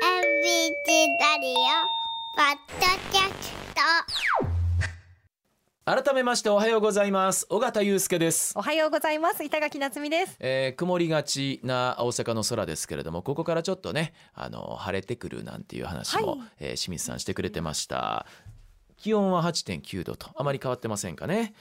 チラリオパッドキャスト改めましておはようございます尾形祐介です、おはようございます板垣夏美ですえー、曇りがちな大阪の空ですけれどもここからちょっとねあの晴れてくるなんていう話も、はいえー清水さんしてくれてました気温は8.9度とあまり変わってませんかね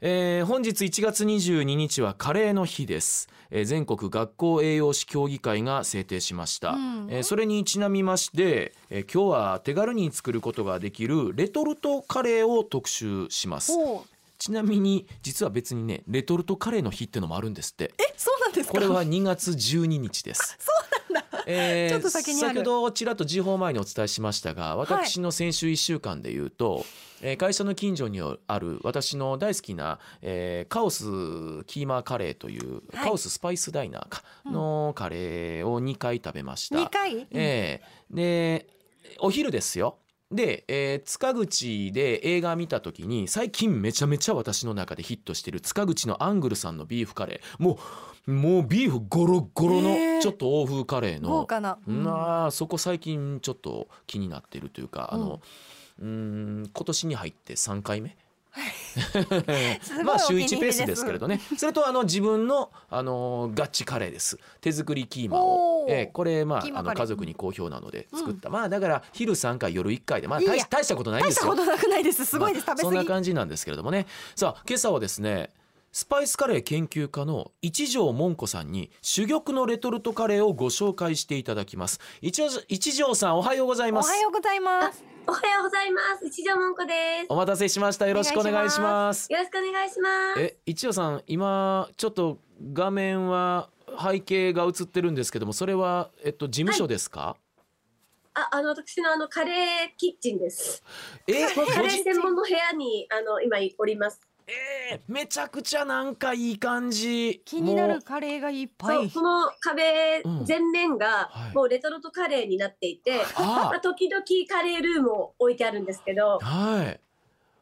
えー本日1月22日はカレーの日です、えー全国学校栄養士協議会が制定しました、うんえーそれにちなみまして、えー今日は手軽に作ることができるレトルトカレーを特集しますおちなみに実は別にねレトルトカレーの日ってのもあるんですってえそうなんですかこれは2月12日 です。そうなんだ、えーちょっと先にある先ほどちらっと時報前にお伝えしましたが私の先週1週間で言うと、えー会社の近所にある私の大好きな、えーカオスキーマカレーという、はいカオススパイスダイナーかのカレーを2回食べました。二回、ええでお昼ですよで、えー塚口で映画見た時に最近めちゃめちゃ私の中でヒットしてる塚口のアングルさんのビーフカレーもうもうビーフゴロゴロへのーちょっと欧風カレー豪の、華な、うんなあそこ最近ちょっと気になってるというかあの、うーん今年に入って3回目すごいまあお気週に入り1ペースですけれどねそれとあの自分のあのガチカレーです手作りキーマをお、ーええこれまあキーマあカレーの家族に好評なので作った、まあだから昼3回夜1回でまあ大いいしや大したことないん大でしたすこよとなくないですすごいです、まあ食べ過ぎそんな感じなんですけれどもねさあ今朝はですねスパイスカレー研究家の一条もんこさんに珠玉のレトルトカレーをご紹介していただきます一条一条さんおはようございおますはようございますおはようございます。一条もんこです。お待たせしましたよろしくお願いしお願ますよろしくお願いします。え一条さん今ちょっと画面は背景が映ってるんですけどもそれはえっと事務所ですか、あ、あの私のあのカレーキッチンです。えごカレーじ専門の部屋にあの今おります。えーめちゃくちゃなんかいい感じ気になもうるカレーがいっぱそういこの壁うん全面がはいもうレトルトカレーになっていて、まああ時々カレールームを置いてあるんですけどあ、はい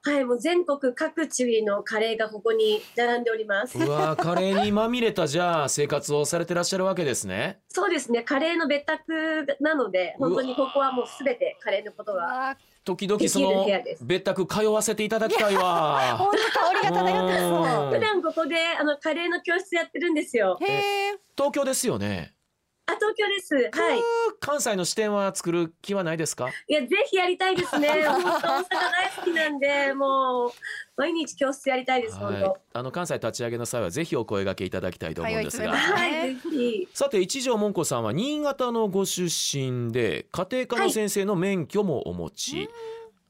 はい、もう全国各地のカレーがここに並んでおります。うわーカレーにまみれたじゃあ生活をされてらっしゃるわけですねそうですね、カレーの別宅なので、本当にここはもうすべてカレーのことが。あ時々そできるの部屋です別宅通わせていただきたいわ本当香りが漂ってうんそ普段ここであのカレーの教室やってるんですよ。うへえ東京ですよねあ、東京です。はい。関西の支店は作る気はないですかいや、ぜひやりたいです ね。本当、大阪大好きなんで、もう、毎日教室やりたいです、本はい、あの関西立ち上げの際はぜひお声掛けいただきたいと思うんです通いが当。詰めますはい、はいぜひ。さて一条もんこさんは新潟のご出身で家庭科の先生の免許もお持ち、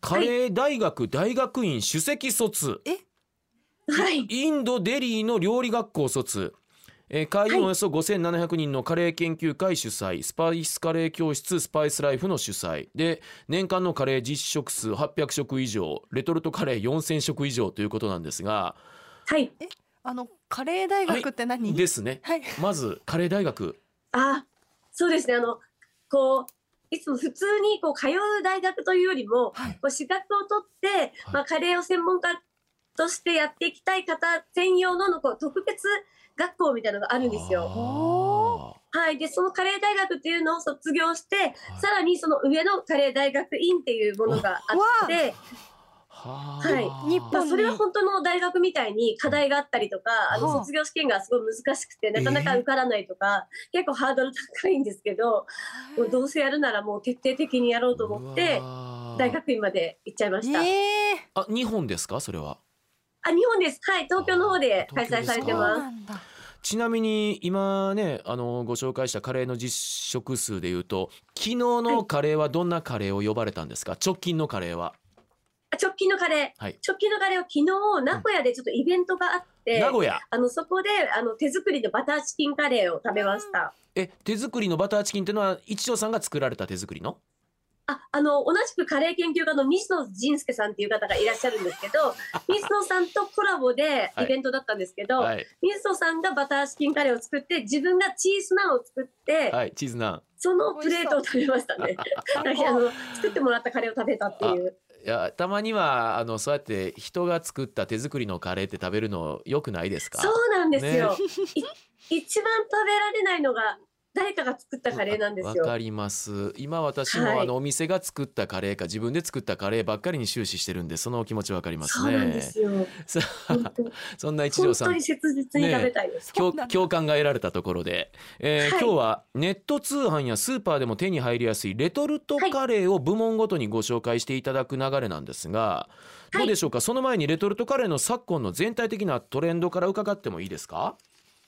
カレー大学大学院首席卒はい。インドデリーの料理学校卒えー会員およそ5700人のカレー研究会主催スパイスカレー教室スパイスライフの主催で年間のカレー実食数800食以上レトルトカレー4000食以上ということなんですがはい。あのカレー大学って何、はい、ですねまずカレー大学あ、そうですね、あの、こう、いつも普通にこう通う大学というよりも、はいこう資格を取って、はいまあ、カレーを専門家としてやっていきたい方専用ののこう特別学校みたいなのがあるんですよ。おはい、でそのカレー大学っていうのを卒業して、さらにその上のカレー大学院っていうものがあって、ははい日まあ、本それは本当の大学みたいに課題があったりとか、あのはあ卒業試験がすごい難しくて、なかなか受からないとか、結構ハードル高いんですけど、もうどうせやるならもう徹底的にやろうと思って、大学院まで行っちゃいました。ええあ日本ですかそれはあ、日本です。はい、東京の方で開催されそてうまなす。んだちなみに今ねあのご紹介したカレーの実食数でいうと昨日のカレーはどんなカレーを呼ばれたんですか直近のカレーはあ直近のカレー、はい直近のカレーを昨日、名古屋でちょっとイベントがあって、名古屋あのそこであの手作りのバターチキンカレーを食べました。え手作りのバターチキンってのは一条さんが作られた手作りのあ、あの、同じくカレー研究家の水野仁介さんっていう方がいらっしゃるんです けど、水野さんとコラボでイベントだったんですけど、はい水野さんがバターチキンカレーを作って、自分がチーズナンを作って、はいチーズナそのプレートを食べましたね。だからあの作ってもらったカレーを食べたっていう。ンいやたまにはあのそうやって人が作った手作りのカレーって食べるの良くないですかそうなんですよ。 ねい一番食べられないのが誰かが作ったカレーなんですわよか。ります今私も、はいあのお店が作ったカレーか自分で作ったカレーばっかりに終始してるんでそのお気持ちわかりますそうなんでねすよ。さ本あ当そんな 一条本さ当んに切実に食べたいです。そう共なんだ共感が得られたところで、えーはい今日はネット通販やスーパーでも手に入りやすいレトルトカレーを部門ごとにご紹介していただく流れなんですが、いどうでしょうかその前にレトルトカレーの昨今の全体的なトレンドから伺ってもいいですか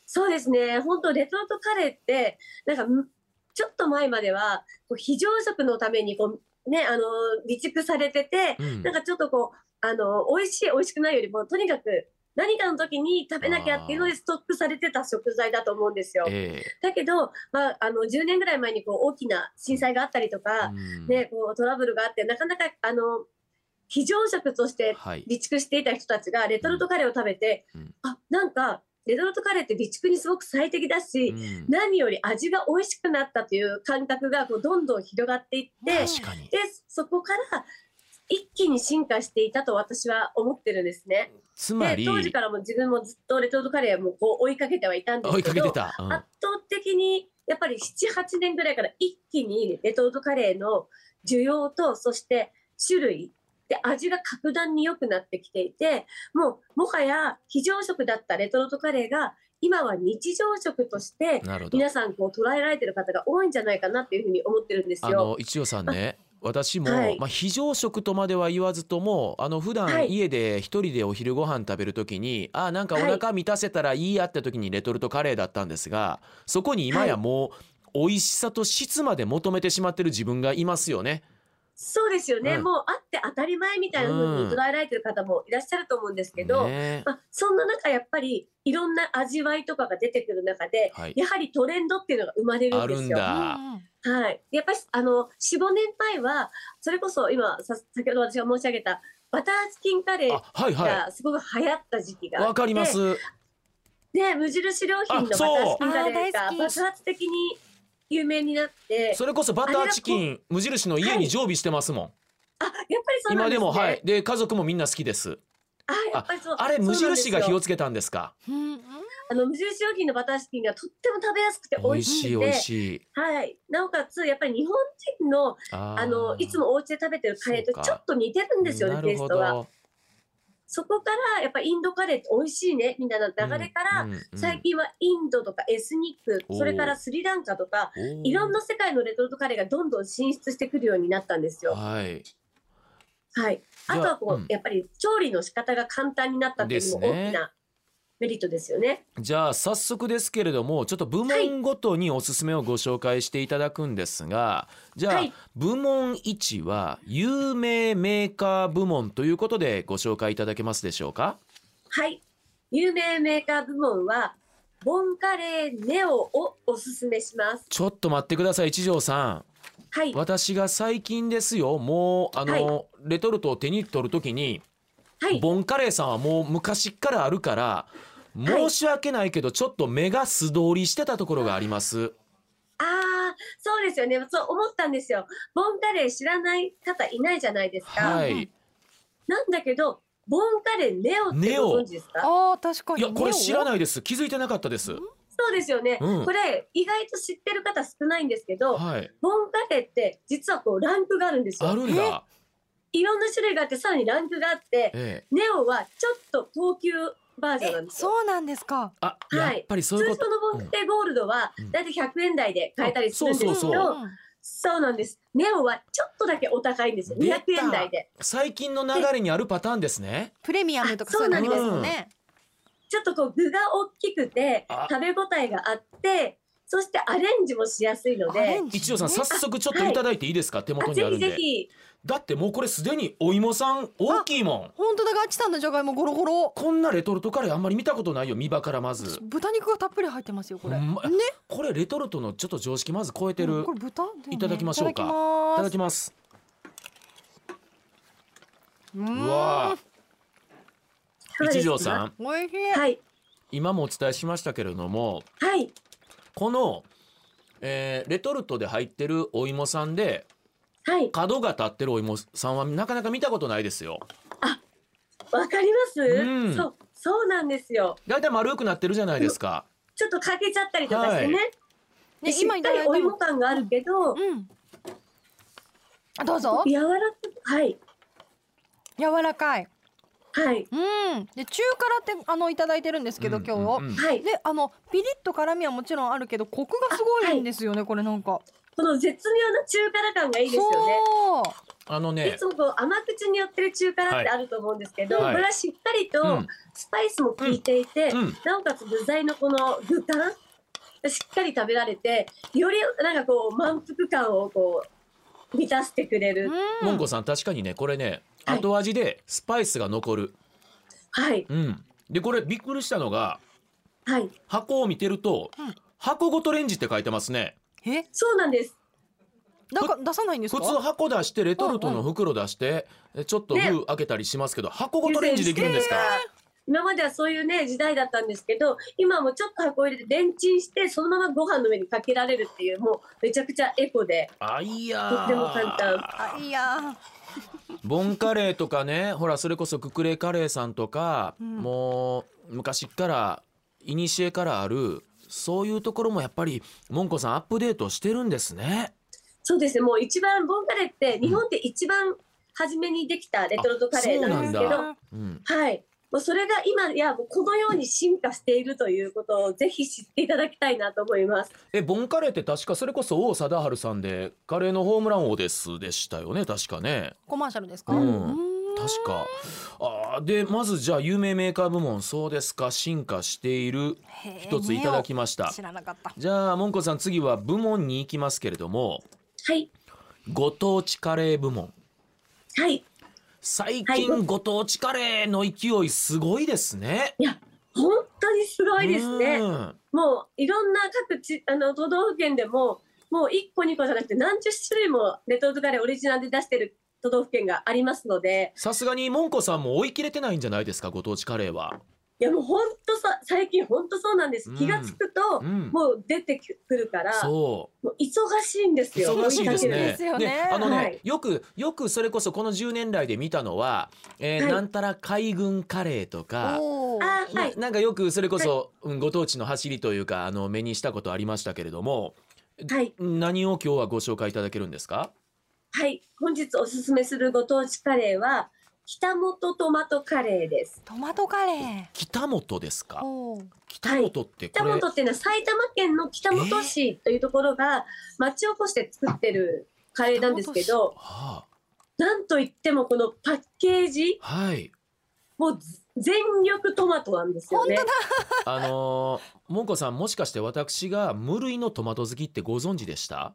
そうですね。本当レトルトカレーってなんかんちょっと前まではこう非常食のためにこうねあの備蓄されてて、うんなんかちょっとこうあの美味しい美味しくないよりもとにかく何かの時に食べなきゃっていうのでストックされてた食材だと思うんですよ。えだけど、まあ、あの10年ぐらい前にこう大きな震災があったりとえか、うんね、こうトラブルがあってなかなかあの非常食としてはい、備蓄していた人たちがレトルトカレーを食べて、うんあなんかレトルトカレーって備蓄にすごく最適だし、うん何より味が美味しくなったという感覚がこうどんどん広がっていって確かにでそこから一気に進化していたと私は思ってるんですね。つまでり当時からも自分もずっとレトルトカレーもこう追いかけてはいたんです追いかけけどてた、うん圧倒的にやっぱり78年ぐらいから一気にレトルトカレーの需要とそして種類で味が格段に良くなってきていてもうもはや非常食だったレトルトカレーが今は日常食としてなるほど皆さんこう捉えられてる方が多いんじゃないかなっていうふうに思ってるんですあよ。の一応さんね私も、はいまあ、非常食とまでは言わずともあの普は段い家で一人でお昼ご飯食べる時に、あなんかお腹満たせたらいいやって時にレトルトカレーだったんですがそこに今やもう美味しさと質まで求めてしまってる自分がいますよね。そうですよね、うんもうあって当たり前みたいな風に捉えられてる方もいらっしゃると思うんですけど、ねまあ、そんな中やっぱりいろんな味わいとかが出てくる中で、はいやはりトレンドっていうのが生まれるあんでるすんよ。だ。はい、やっぱりあの45年前はそれこそ今さ先ほど私が申し上げたバターチキンカレーあはいはがすごく流行った時期いがあってわかります。で無印良品のバタあそうーチキンあカレーーが大好き爆発的に有名になってそれこそバターチキン無印の家に常備してますもん。あやっぱりそう今なんでですねもはいで家族もみんな好きです。あやっぱりそうあれ無印がそうなんです火よをつけたんですか。うんうんあの無印良品のバターチキンがとっても食べやすくて美美味味ししいく美て味しい。はい、なおかつやっぱり日本人のあーあのいつもお家で食べてるカレーそとうかちょっと似てるんですよねテイストが。そこからやっぱインドカレーって美味しいねみたいな流れから、最近はインドとかエスニックおーそれからスリランカとか近いろんな世界のレトルトカレーがどんどん進出してくるようになったんですよ。はいはい、ゃああとはこう、うんやっぱり調理の仕方が簡単になったっていうのもですね大きなメリットですよね。じゃあ早速ですけれどもちょっと部門ごとにおすすめをご紹介していただくんですが、じゃあ、はい部門1は有名メーカー部門ということでご紹介いただけますでしょうかはい、有名メーカー部門はボンカレーネオをおすすめします。ちょっと待ってください一条さんはい、は私が最近ですよもうあの、レトルトを手に取るときにい、ボンカレーさんはもう昔っからあるから申し訳ないけどちょっと目が素通りしてたところがあります。ああ、そうですよね。そう思ったんですよ。ボンカレー知らない方いないじゃないですか。はい。なんだけど、ボンカレーネオってネオご存知ですかああ確かいにやこれ知らいないです。気づいてなかったです。そうですよね、うんこれ意外と知ってる方少ないんですけど、はい。ボンカレーって実はこうランクがあるんですあよ。るんだ。いろんな種類があって、さらにランクがあって、ええ。ネオはちょっと高級バージョンなんですよ。そうなんですかあ、はやいっぱりそう通いうこ常と。のボンカレーゴールドはうんだいたい100円台で買えたりするんですけど、そうそうそううんなんです。ネオはちょっとだけお高いんですよ。出200た円台で。最近の流れにあるパターンですね。プレミアムとかあそうなんいですのありますよねちょっとこう具が大きくてあ食べ応えがあってそしてアレンジもしやすいのアレでンジ一応さん早速ちょっといただいていいですか手元あにぜあるひんぜで。ひだってもうこれすでにお芋さん大きいもん。本当だガチさんのじゃがいもゴロゴロこんなレトルトカレーあんまり見たことないよ見場からまず。豚肉がたっぷり入ってますよこれほんまねこれレトルトのちょっと常識まず超えてうんるこ。れ豚だよねいただきましょうかいただいきます。ただきますううわあ。いかがです一か条さん、ーん美味しいはい今もお伝えしましたけれども、はいこの、えーレトルトで入ってるお芋さんではい角が立ってるお芋さんはなかなか見たことないですよわかります、うんそうそうなんですよだいたい丸くなってるじゃないですかちょっとかけちゃったりとかしてね、はでねしっ今かいただいりたお芋感があるけど、うん。あどうぞ。柔らかはい柔らかい。はいうん。で中辛ってあのいただいてるんですけど、今日。うんうんはいであのピリッと辛みはもちろんあるけどコクがすごいんですよね、これなんかこの絶妙な中辛感がいいですよねそうあのいねつもこう甘口によってる中辛ってあると思うんですけど、はいこれはしっかりうとんスパイスも効いていて、うんなおかつ具材のこの具感しっかり食べられてよりなんかこう満腹感をこう満たしてくれる、うもんんこさん確かにねこれねはい後味でスパイスが残る、はいうん、でこれびっくりしたのがはい箱を見てると、うん箱ごとレンジって書いてますねえそうなんですだか出さないんです普か通箱出してレトルトの袋出して、えちょっとね封開けたりしますけど、箱ごとレンジできるんですか、今まではそういうね時代だったんですけど今はもうちょっと箱入れてレンチンしてそのままご飯の上にかけられるっていうもうめちゃくちゃエコであいやとっても簡ーあいやボンカレーとかねほらそれこそククレカレーさんとか、うんもう昔っから古からあるそういうところもやっぱりもんこさんアップデートしてるんですね。そうですねもう一番ボンカレーって日本で一番初めにできたレトルトカレーなんですけそうど、なうん、はい。もうそれが今やもうこのように進化しているということをぜひ知っていただきたいなと思います。えボンカレーって確かそれこそ王貞治さんでカレーのホームラン王ですでしたよね確かね。コマーシャルですか、うんーん確かあーでまずじゃあ有名メーカー部門そうですか進化しているへー一ついただきました知らなかったじゃあもんこさん次は部門に行きますけれどもはい。ご当地カレー部門はい。最は近ご当地カレーの勢いすごいですね。本当にすごいですね。うんもういろんな各地あの都道府県でももう1個2個じゃなくて何十種類もレトルトカレーオリジナルで出してる都道府県がありますのでさすがにもんこさんも追い切れてないんじゃないですかご当地カレーは。いやもう本当さ最近本当そうなんです、うん気が付くと、うんもう出てくるからそうもう忙しいんですよ忙しいです追ね。かけるですよねあのね、はいよくよくそれこそこの10年来で見たのは、えーはいなんたら海軍カレーとか。おーあーはいななんかよくそれこそ、うんご当地の走りというかあの目にしたことありましたけれどもはい何を今日はご紹介いただけるんですかはい、本日おすすめするご当地カレーは北本トマトカレーです。トマトカレー北本ですかおー北本ってこ北れ、本っていうのは埼玉県の北本市というところが町おこしで作ってるカレーなんですけど、はなんといってもこのパッケージあ、はいもう全力トマトなんですよね。あのー、もんこさんもしかして私が無類のトマト好きってご存知でした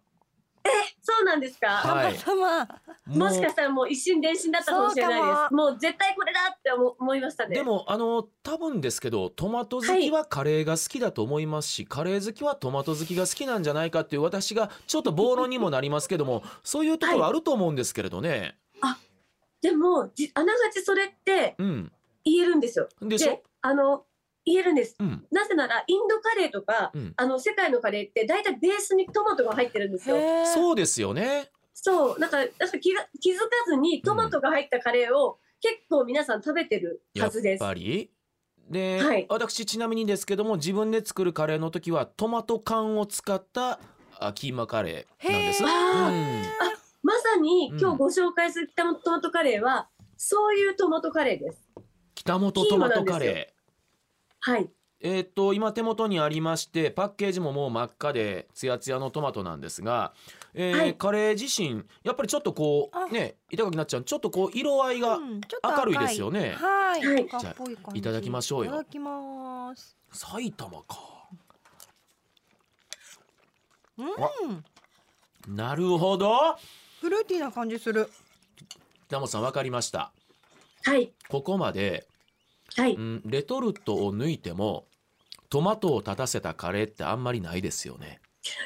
そうなんですか。はいたまたまももうしかしたらもう一心伝心だったかもしれないそうでかす。もう絶対これだって思思いましたね。でもあの多分ですけどトマト好きはカレーが好きだと思いますし、カレー好きはトマト好きが好きなんじゃないかっていう私がちょっと暴論にもなりますけど もそういうところあると思うんですけれどね、でもじあながちそれってうん言えるんですよ。でしょ、あの言えるんです。うんなぜならインドカレーとか、うん、あの世界のカレーって大体ベースにトマトが入ってるんですよ。へーそうですよねそうなんかなんか気が気づかずにトマトが入ったカレーを結構皆さん食べてるやはっずです。ぱりで、はい私ちなみにですけども自分で作るカレーの時はトマト缶を使ったあキーマカレーなんです、へうーん、まさに今うん日ご紹介する北本トマトカレーは、そういうトマトカレーです。北本トマトカキーマなんですレーはいえーっと今手元にありましてパッケージももう真っ赤でツヤツヤのトマトなんですが、えーはいカレー自身やっぱりちょっとこあうね板垣なっちゃんちょっとこう色合いが、うんちょっと明赤るいですよねはい、はい赤っぽい感じじゃあいただきましょうよいただきます埼玉かうんなるほどフルーティーな感じする北本さん分かりましたはいここまで、はい、うん、レトルトを抜いてもトマトを立たせたカレーってあんまりないですよね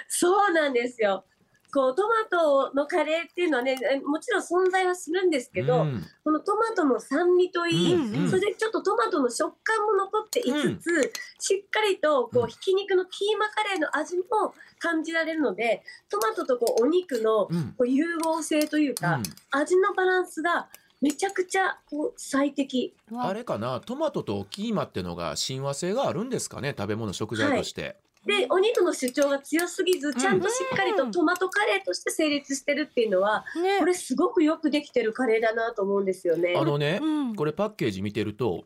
そうなんですよ。こうトマトのカレーっていうのはねえもちろん存在はするんですけど、うんこのトマトの酸味といい、うんうんそれでちょっとトマトの食感も残っていつつ、しっかりとうんこうひき肉のキーマカレーの味も感じられるのでトマトとこうお肉のうんこう融合性といううか、ん、味のバランスがめちゃくちゃこう最適わあれかなトマトとキーマってのが親和性があるんですかね食べ物食材として、でお肉の主張が強すぎずちゃんとしっかりとトマトカレーとして成立してるっていうのはねこれすごくよくできてるカレーだなと思うんですよね。あのね、うんこれパッケージ見てると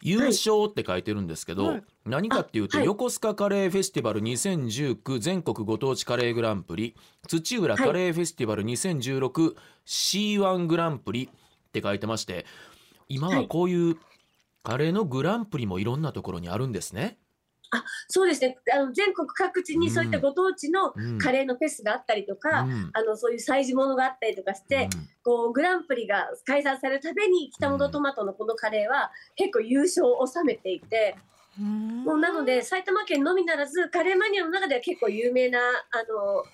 優勝って書いてるんですけど、はい何かっていうと、あはい横須賀カレーフェスティバル2019全国ご当地カレーグランプリ土浦カレーフェスティバル 2016C1 グランプリって書いてまして今はこういうカレーのグランプリもいろんなところにあるんですね。そうですねあの全国各地にそういったご当地のうんカレーのフェスがあったりとか、うんあのそういう催事物があったりとかして、うんこうグランプリが開催されるために北本トマトのこのカレーは結構優勝を収めていて、うんもうなので埼玉県のみならずカレーマニアの中では結構有名なあの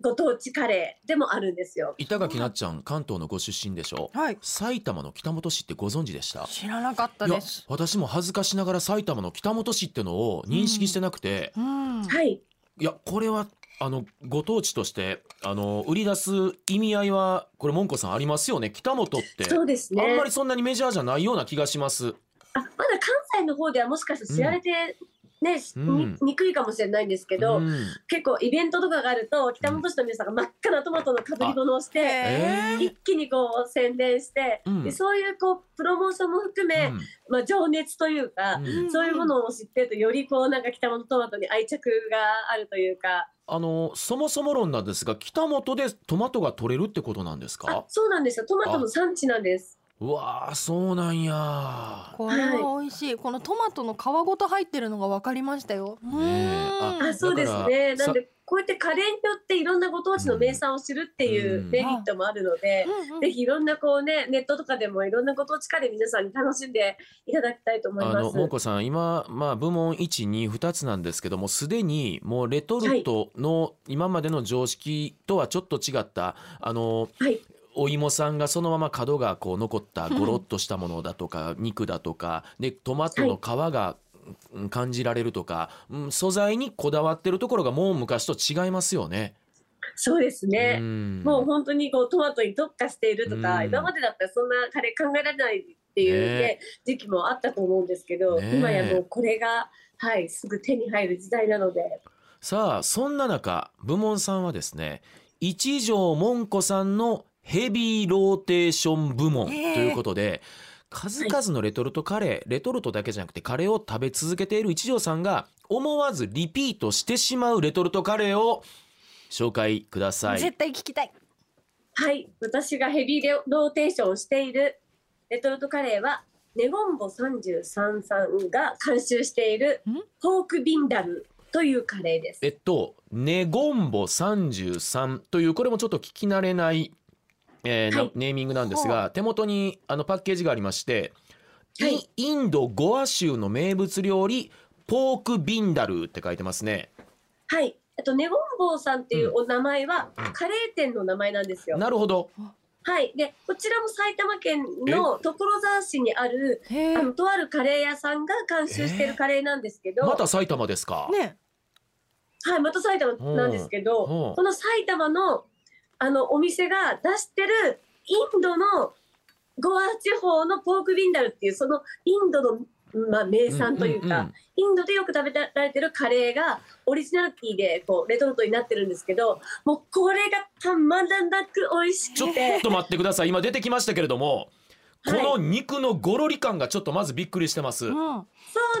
ご当地カレーでもあるんですよ。板垣なっちゃん関東のご出身でしょはい埼玉の北本市ってご存知でした知らなかったいやです。私も恥ずかしながら埼玉の北本市ってのを認識してなくて、うん、はい、いやこれはあのご当地としてあの売り出す意味合いはこれもんこさんありますよね北本って、そうですね。あんまりそんなにメジャーじゃないような気がしますあまだ関西の方ではもしかしたら知られて、ね、しうんににくいかもしれないんですけど、うん結構イベントとかがあると北本市の皆さんが真っ赤なトマトのかぶり物をしてえー一気にこう宣伝して、うんでそういうこうプロモーションも含め、うんまあ、情熱というか、うんそういうものを知ってるとよりこうなんか北本トマトに愛着があるというかあのそもそも論なんですが北本でトマトが取れるってことなんですあかそうなんですよトマトの産地なんです。うわあそうなんやこれは美味しい、このトマトの皮ごと入ってるのが分かりましたよ。うえあんそうですねだからなんでこうやってカレーによっていろんなご当地の名産を知るっていううんメリットもあるので、うんうんぜひいろんなこうねネットとかでもいろんなご当地カレー皆さんに楽しんでいただきたいと思いあまのす。もんこさん今、まあ、部門122つなんですけどもすでにもうレトルトの今までの常識とはちょっと違ったあのはいお芋さんがそのまま角がこう残ったゴロッとしたものだと か肉だとかでトマトの皮がうん感じられるとか、うん素材にこだわってるところがもう昔と違いますよね。そうですね、んもう本当にこうトマトに特化しているとか、うん今までだったらそんなカレー考えられないっていう、ねね時期もあったと思うんですけど、ね今やもうこれが、はい、すぐ手に入る時代なのでさあそんな中部門さんはですね一条もんこさんのヘビーローテーション部門とへえいうことで、数々のレトルトカレー、レトルトだけじゃなくてカレーを食べ続けている一条さんが思わずリピートしてしまうレトルトカレーを紹介ください絶。対聞きたい。はい私がヘビーローテーションをしているレトルトカレーはネゴンボ33さんが監修しているんポークビンダムというカレーですえ。っと「ネゴンボ33」というこれもちょっと聞き慣れない、えーなはいネーミングなんですはが手元にあのパッケージがありまして、イはいインドゴア州の名物料理ポークビンダルーって書いてますねはいあとネゴンボさんっていうお名前はうんカレー店の名前なんですよ。なるほどはい、でこちらも埼玉県の所沢市にあるへえあのとあるカレー屋さんが監修しているカレーなんですけど、また埼玉ですか、ね、はい、また埼玉なんですけど、うんうんこの埼玉のあのお店が出してるインドのゴア地方のポークビンダルっていうそのインドの、まあ、名産というか、んんんインドでよく食べられてるカレーがオリジナリティでこうレトルトになってるんですけどもうこれがたまらなく美味しちょく。ってと待ってください今出てきましたけれども、はいこの肉のゴロリ感がちょっとまずびっくりしてます、うん、そ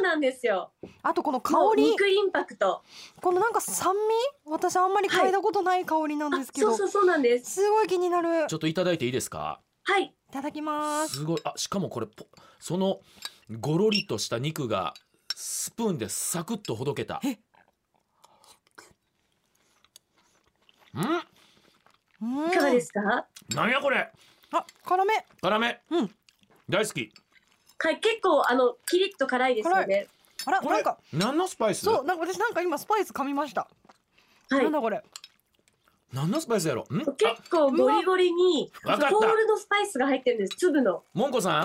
うなんですよ。あとこの香もうり、肉インパクト。このなんか酸味、私あんまり嗅いだことない香りなんあです、けど、そうそうそうなんです。すごい気になる。いちょっといただいていいですかはい、ただきます。すごいあしかもこれポそのゴロリとした肉がスプーンでサクッとほどけたえうんうんいかがですか。何やこれあ、辛め。辛め、うん大好きはい、結構あのキリッと辛いですよね。あら、こなんれか、何のスパイスそう、なんか私なんか今スパイス噛みました。はいなん、だこれ。何のスパイスやろんあ結構ゴリゴリにうホわわかったールのスパイスが入ってるんです。粒の。もんこさ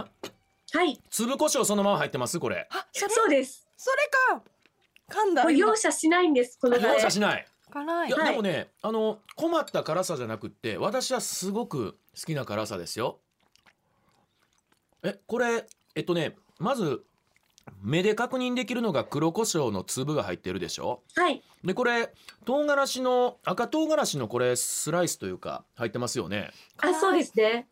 んはい、粒胡椒そのまま入ってますこれあ、それ、そうです。それか。噛んだもう今容赦しないんです。このカ容レ赦ー。しない辛いいや、。はいでもねあの困った辛さじゃなくって私はすごく好きな辛さですよえこれえっとねまず目で確認できるのが黒胡椒の粒が入ってるでしょはい。でこれ唐辛子の赤唐辛子のこれスライスというか入ってますよねあ、そうですね。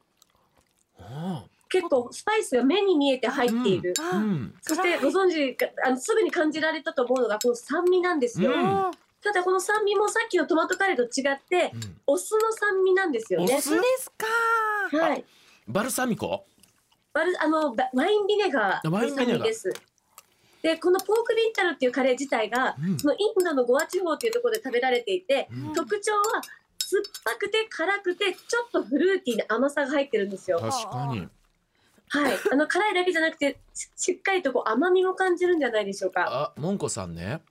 あ結構スパイスが目に見えて入っている。あうんそしてご存知かあのすぐに感じられたと思うのがこの酸味なんですよ、うんあただこの酸味もさっきのトマトカレーと違ってうんお酢の酸味なんですよねお酢ですか。はいバルサミコバルあのバワインビネガーのワインビネガー酸味ですでこのポークビンタルっていうカレー自体が、うんそのインドのゴア地方っていうところで食べられていて、うん特徴は酸っぱくて辛くてちょっとフルーティーな甘さが入ってるんですよ確かにはいあの辛いだけじゃなくてししっかりとこう甘みも感じるんじゃないでしょうかあモンコさんね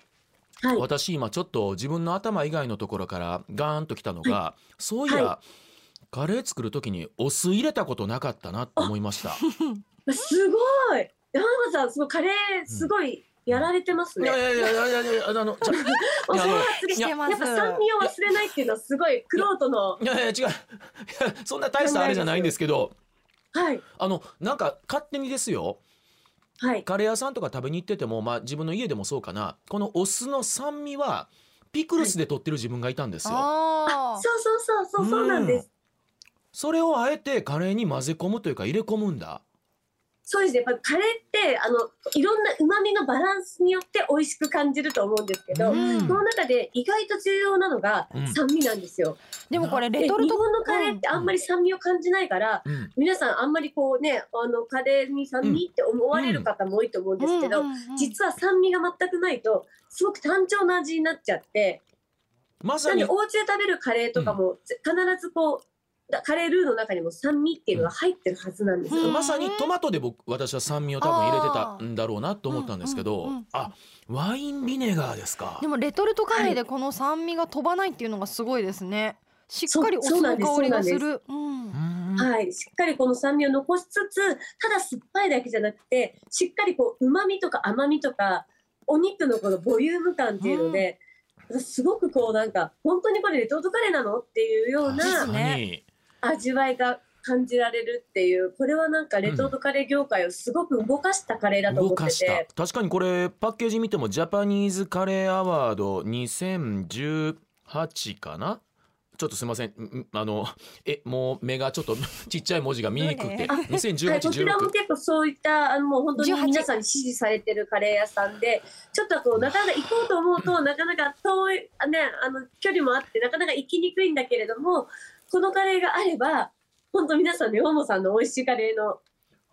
はい私今ちょっと自分の頭以外のところからガーンときたのが、そういや、はカレー作る時にお酢入れたことなかったなって思いました。すごい山本さんすごいカレーすごいやられてますい ね、やいやいやいやいやいやあのちゃおいや正あの月してやます。っぱ酸味を忘れないっていうのはすごいクロートのいやいや違ういやそんな大したあれじゃないんですけどはいあのなんか勝手にですよはいカレー屋さんとか食べに行ってても、まあ、自分の家でもそうかなこのお酢の酸味はピクルスで取ってる自分がいたんですよ。あそうそうそうそうそうなんです、うんそれをあえてカレーに混ぜ込むというか入れ込むんだ。そうですねやっぱカレーってあのいろんな旨味のバランスによって美味しく感じると思うんですけど、うんその中で意外と重要なのがうん酸味なんですよ、ーでもこれでレ日トルト本のカレーってあんまり酸味を感じないから、うん皆さんあんまりこうねあのカレーに酸味って思われる方も多いと思うんですけど、うんうんうん実は酸味が全くないとすごく単調な味になっちゃってまさなのにでお家で食べるカレーとかもぜ必ずこうだカレールーの中にも酸味っていうのが入ってるはずなんですよ。うんまさにトマトで僕私は酸味を多分入れてたんだろうなと思ったんですけど、うんうんうんあワインビネガーですかでもレトルトカレーでこの酸味が飛ばないっていうのがすごいですね。しっかりおそ酢うのなんです香りがすそうる。うんう。んはい、しっかりこの酸味を残しつつただ酸っぱいだけじゃなくてしっかりこう旨味とか甘みとかお肉のこのボリューム感っていうので、すごくこうなんか本当にこれレトルトカレーなのっていうよう確なかあに、味わいが感じられるっていうこれはなんかレトルトカレー業界をすごく動かしたカレーだと動思っかて、してた確かにこれパッケージ見てもジャパニーズカレーアワード2018かなちょっとすいませんんんあのえもう目がちょっと ちっちゃい文字が見にくく てどれはい、こちらも201816結構そういったあのもう本当に18皆さんに支持されてるカレー屋さんでちょっとこうなかなか行こうと思うとなかなか遠いあねあの距離もあってなかなか行きにくいんだけれどもこのカレーがあれば本当皆さんの山本さんの美味しいカレーの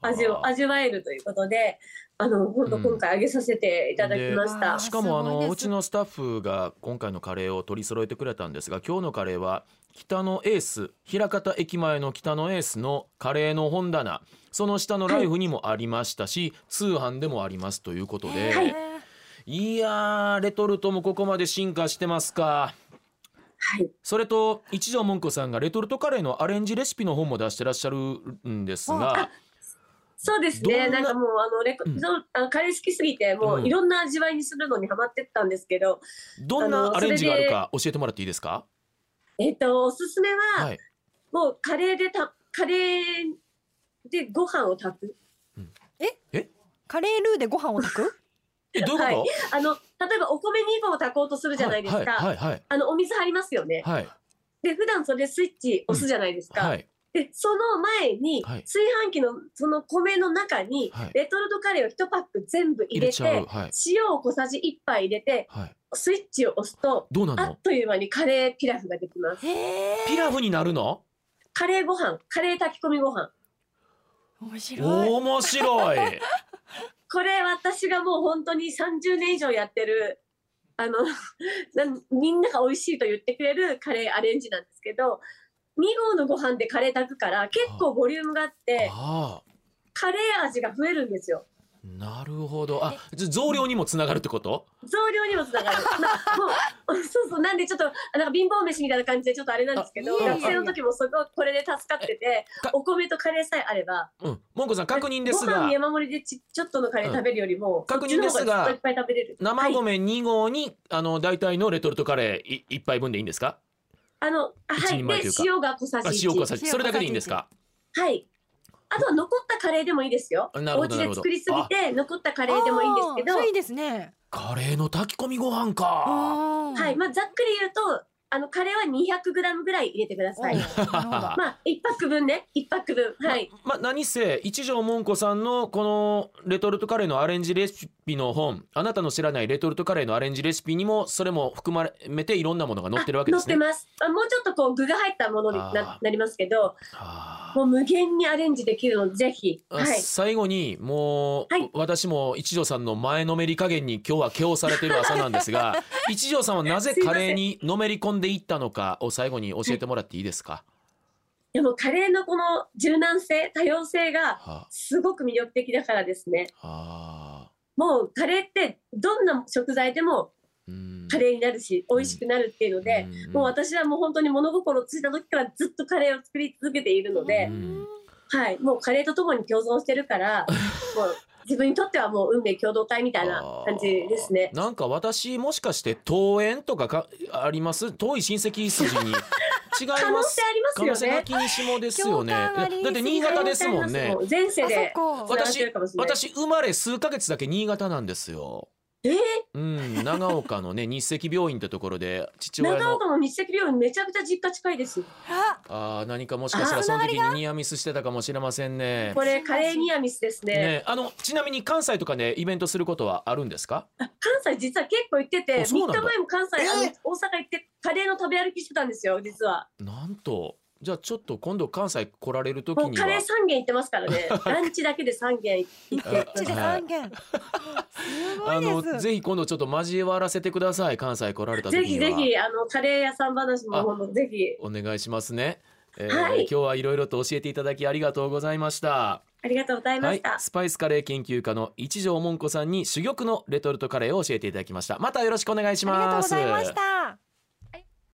味あをー味わえるということであの本当今回あげさせていただきましうんたで。しかもあすごいのですうちのスタッフが今回のカレーを取り揃えてくれたんですが今日のカレーは北のエース枚方駅前の北のエースのカレーの本棚その下のライフにもありましたし、通販でもありますということで、はいい、やーレトルトもここまで進化してますかはいそれと一条もんこさんがレトルトカレーのアレンジレシピの本も出してらっしゃるんですがそうですね。どんななんかもうあのレコ、うんそうあのカレー好きすぎてもううんいろんな味わいにするのにハマってったんですけど、どんあなのアレンジがあるか教えてもらっていいですかえっとおすすめは、はいもうカレーでたカレーでご飯を炊く。カレールーでご飯を炊く。えどういうこあの例えばお米2合炊こうとするとじゃないですか。はいはいあのお水入りますよね。はいはいで普段それスイッチ押すじゃないですか。はいでその前に、はい炊飯器のその米の中に、はいレトルトカレーを1パック全部入れてちゃうはい塩を小さじ1杯入れてはいスイッチを押すとどうなあのっという間にカレーピラフができます。へえ。ピラフになるのカレーご飯、カレー炊き込みご飯。面白い。面白い これ私がもう本当に30年以上やってる、あの、 なんみんなが美味しいと言ってくれるカレーアレンジなんですけど、2合のご飯でカレー炊くから結構ボリュームがあって、ああカレー味が増えるんですよ。なるほどあじゃ増量にもつながるってこと増量にもつなが る。まもう、 そうそう、なんでちょっと、なんか貧乏飯みたいな感じでちょっとあれなんですけど、あいやい学やい生やの時もすごいこれで助かっててか、お米とカレーさえあれば、うんもんこさん確認ですごが飯山盛りでちちょっとのカレー食べるよりも、確認ですがこっちの方がずっといっぱい食べれる生はい、米2合に、あの大体のレトルトカレーい一杯分でいいんですかあのあ一はい人前といでうか塩が小さあじ塩小1さじそれだけでいいんですかはいあとは残ったカレーでもいいですよ。なるおほど家なるでほど作りすぎて残ったカレーでもいいんですけあーどそれ、いいですね。カレーの炊き込みご飯かははい、。まあざっくり言うと、あのカレーは200グラムぐらい入れてください。はまあ一パック分ね、一パック分、はい。まあ、何せ一条もんこさんのこのレトルトカレーのアレンジレシピの本あなたの知らないレトルトカレーのアレンジレシピにもそれも含まれていろんなものが載ってるわけですねあ。載ってます。あもうちょっとこう具が入ったものにあなーなりますけど、はあもう無限にアレンジできるのでぜひ。はあい。最後にもう、はい私も一条さんの前のめり加減に今日は毛をされてる朝なんですが 一条さんはなぜすいカませんレーにのめり込んでいったのかを最後に教えてもらっていいですか、でもカレーのこの柔軟性、多様性がはすごく魅力的だからですね。あはあもうカレーってどんな食材でもうんカレーになるし、美味しくなるっていうので、んもう私はもう本当に物心ついた時からずっとカレーを作り続けているので、うんはい、もうカレーとともに共存して るから、もう自分にとってはもう運命共同体みたいな感じですねあー。なんか私もしかして遠縁とかかあります遠い親戚筋 に違い可ま能す性ありますよなね。きにしもですよね共感ありだって新潟ですもんね前世であそっか繋がってるかもしれない。私生まれ数ヶ月だけ新潟なんですよえーうん長岡の ね日赤病院ってところで父親長の岡の日赤病院めちゃくちゃ実家近いです。ああー何かもしかしたらあその時にニアミスしてたかもしれませんねこれカレーニアミスですね。ねあのちなみに関西とかねイベントすることはあるんですかあ関西実は結構行ってて、あそう3なんだ日前も関西、あのえー大阪行ってカレーの食べ歩きしてたんですよ、実は。なんとじゃあちょっと今度関西来られる時もうにはカレー3軒行ってますから ね。ランチだけで3軒行って。こっちで三件。すごあいのです。ぜひ今度ちょっと交わらせてください関西来られた時にぜはひぜひ、あの、カレー屋さん話あも、ほんとぜひ、お願いしますね、えーはい今日はいろいろと教えていただきありがとうございましたありがとうございまはしいた。、スパイスカレー研究家の一条もんこさんに珠玉のレトルトカレーを教えていただきましたまたよろしくお願いしありがとうまごすざいました。